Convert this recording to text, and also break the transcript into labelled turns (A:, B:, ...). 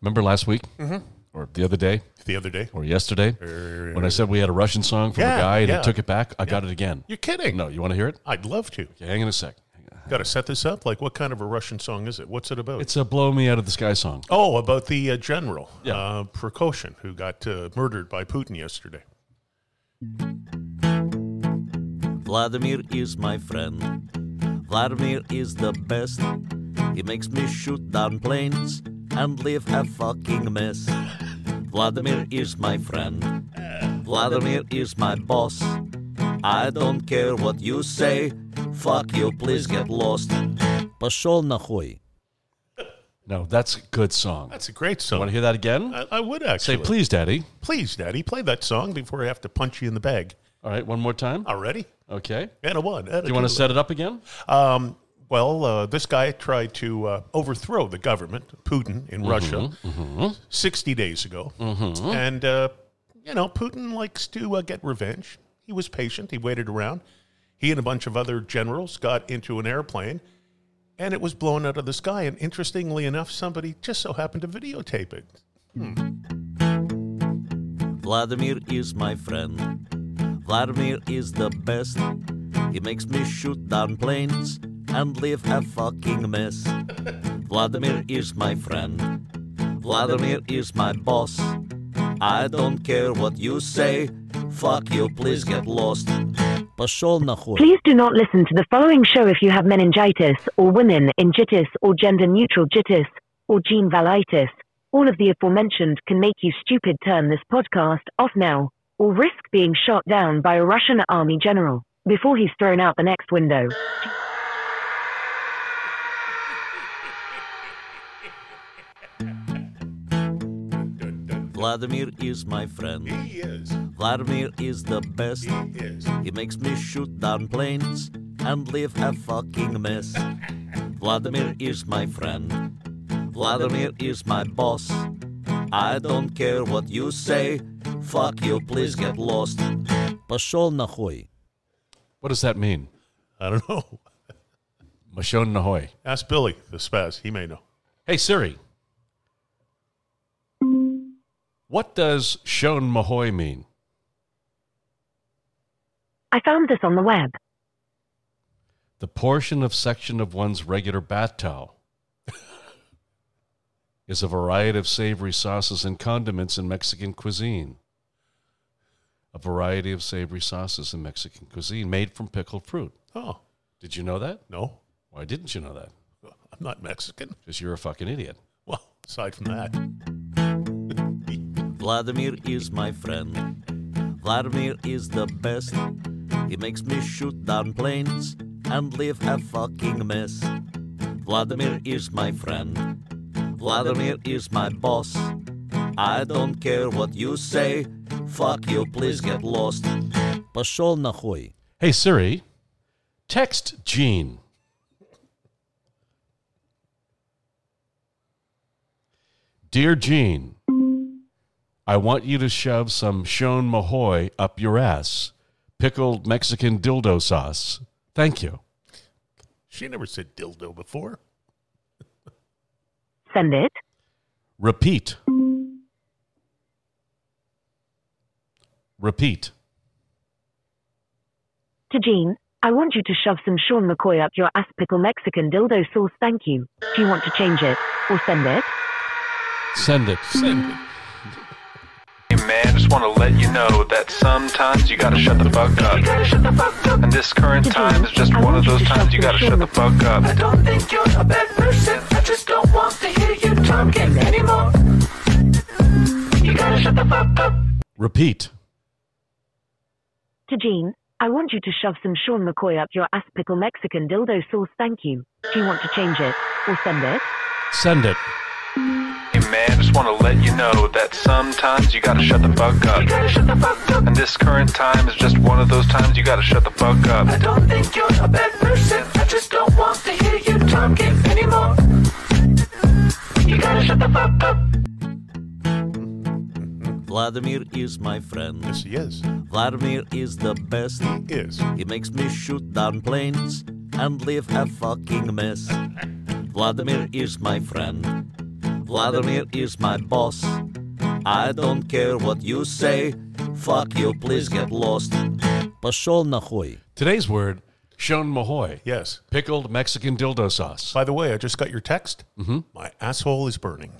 A: Remember last week, mm-hmm. or the other day,
B: the other day.
A: or yesterday, when I said we had a Russian song from
B: Yeah,
A: a guy and
B: yeah.
A: I took it back. I got it again.
B: You're kidding.
A: No, you want to hear it?
B: I'd love to.
A: Okay, hang on a sec.
B: Got to set this up. Like, what kind of a Russian song is it? What's it about?
A: It's a "Blow Me Out of the Sky" song.
B: oh, about the uh, general,
A: Yeah.
B: uh, Prokoshin, who got uh, murdered by Putin yesterday.
C: Vladimir is my friend. Vladimir is the best. He makes me shoot down planes and leave a fucking mess. Vladimir is my friend. Vladimir is my boss. I don't care what you say. Fuck you, please get lost. Пошел нахуй.
A: No, that's a good song.
B: That's a great
A: Want to
B: song.
A: hear that again?
B: I, I would
A: Say
B: actually.
A: please, Daddy.
B: please, Daddy, play that song before I have to punch you in the bag.
A: All right, one more time.
B: Already?
A: Okay.
B: And a one. And a
A: Do you want
B: two.
A: to set it up again?
B: Um, well, uh, this guy tried to uh, overthrow the government, Putin, in Russia, 60 days ago. And, uh, you know, Putin likes to uh, get revenge. He was patient, he waited around. He and a bunch of other generals got into an airplane, and it was blown out of the sky. And interestingly enough, somebody just so happened to videotape it.
C: Vladimir is my friend. Vladimir is the best. He makes me shoot down planes and leave a fucking mess. Vladimir is my friend. Vladimir is my boss. I don't care what you say. Fuck you, please get lost. Пошел нахуй.
D: Please do not listen to the following show if you have meningitis or women in jitis or gender neutral jitis or gene valitis. All of the aforementioned can make you stupid. Turn this podcast off now or risk being shot down by a Russian army general before he's thrown out the next window.
C: Vladimir is my friend.
B: He is.
C: Vladimir is the best.
B: He is.
C: He makes me shoot down planes and leave a fucking mess. Vladimir is my friend. Vladimir is my boss. I don't care what you say. Fuck you, please get lost. Пошел нахуй.
A: What does that mean?
B: I don't know.
A: Mashon Nahoy.
B: Ask Billy, the spaz. He may know.
A: Hey Siri. What does Shon Mahoy mean?
D: I found this on the web.
A: The portion of section of one's regular bath towel is a variety of savory sauces and condiments in Mexican cuisine. A variety of savory sauces in Mexican cuisine made from pickled fruit.
B: Oh,
A: Did you know that?
B: no.
A: Why didn't you know that?
B: I'm not Mexican.
A: Because you're a fucking idiot.
B: Well, aside from that.
C: Vladimir is my friend. Vladimir is the best. He makes me shoot down planes and leave a fucking mess. Vladimir is my friend. Vladimir is my boss. I don't care what you say. Fuck you, please get lost. Пошел нахуй.
A: Hey Siri, text Gene. Dear Gene, I want you to shove some Shon Mahoy up your ass. Pickled Mexican dildo sauce. Thank you.
B: She never said dildo before.
D: Send it.
A: Repeat. Repeat.
D: To Jean, I want you to shove some Sean McCoy up your ass pickle Mexican dildo sauce. Thank you. Do you want to change it or send it?
A: Send it.
B: Send it.
E: Hey man, just want to let you know that sometimes you gotta shut the fuck up. And this current time is just
D: I
E: one
D: want
E: of
D: you
E: those
D: to
E: times you gotta shut the fuck up.
F: I don't think you're a bad person. I just don't want to hear you talking anymore. You gotta shut the fuck up.
A: Repeat.
D: To Jean, I want you to shove some Sean McCoy up your ass pickle Mexican dildo sauce. Thank you. Do you want to change it or send it?
A: Send it.
E: Hey man, just want to let you know that sometimes you gotta shut the fuck
F: You
E: up.
F: gotta shut the fuck up.
E: And this current time is just one of those times you gotta shut the fuck
F: I
E: up.
F: don't think you're a bad person. I just don't want to hear you talking anymore. You gotta shut the fuck up.
C: Vladimir is my friend.
B: Yes, he is.
C: Vladimir is the best.
B: He is.
C: He makes me shoot down planes and leave a fucking mess. Vladimir is my friend. Vladimir is my boss. I don't care what you say. Fuck you, please get lost. Пошел нахуй.
A: Today's word, Shon Mahoy.
B: Yes.
A: Pickled Mexican dildo sauce.
B: By the way, I just got your text. Mm-hmm. My asshole is burning.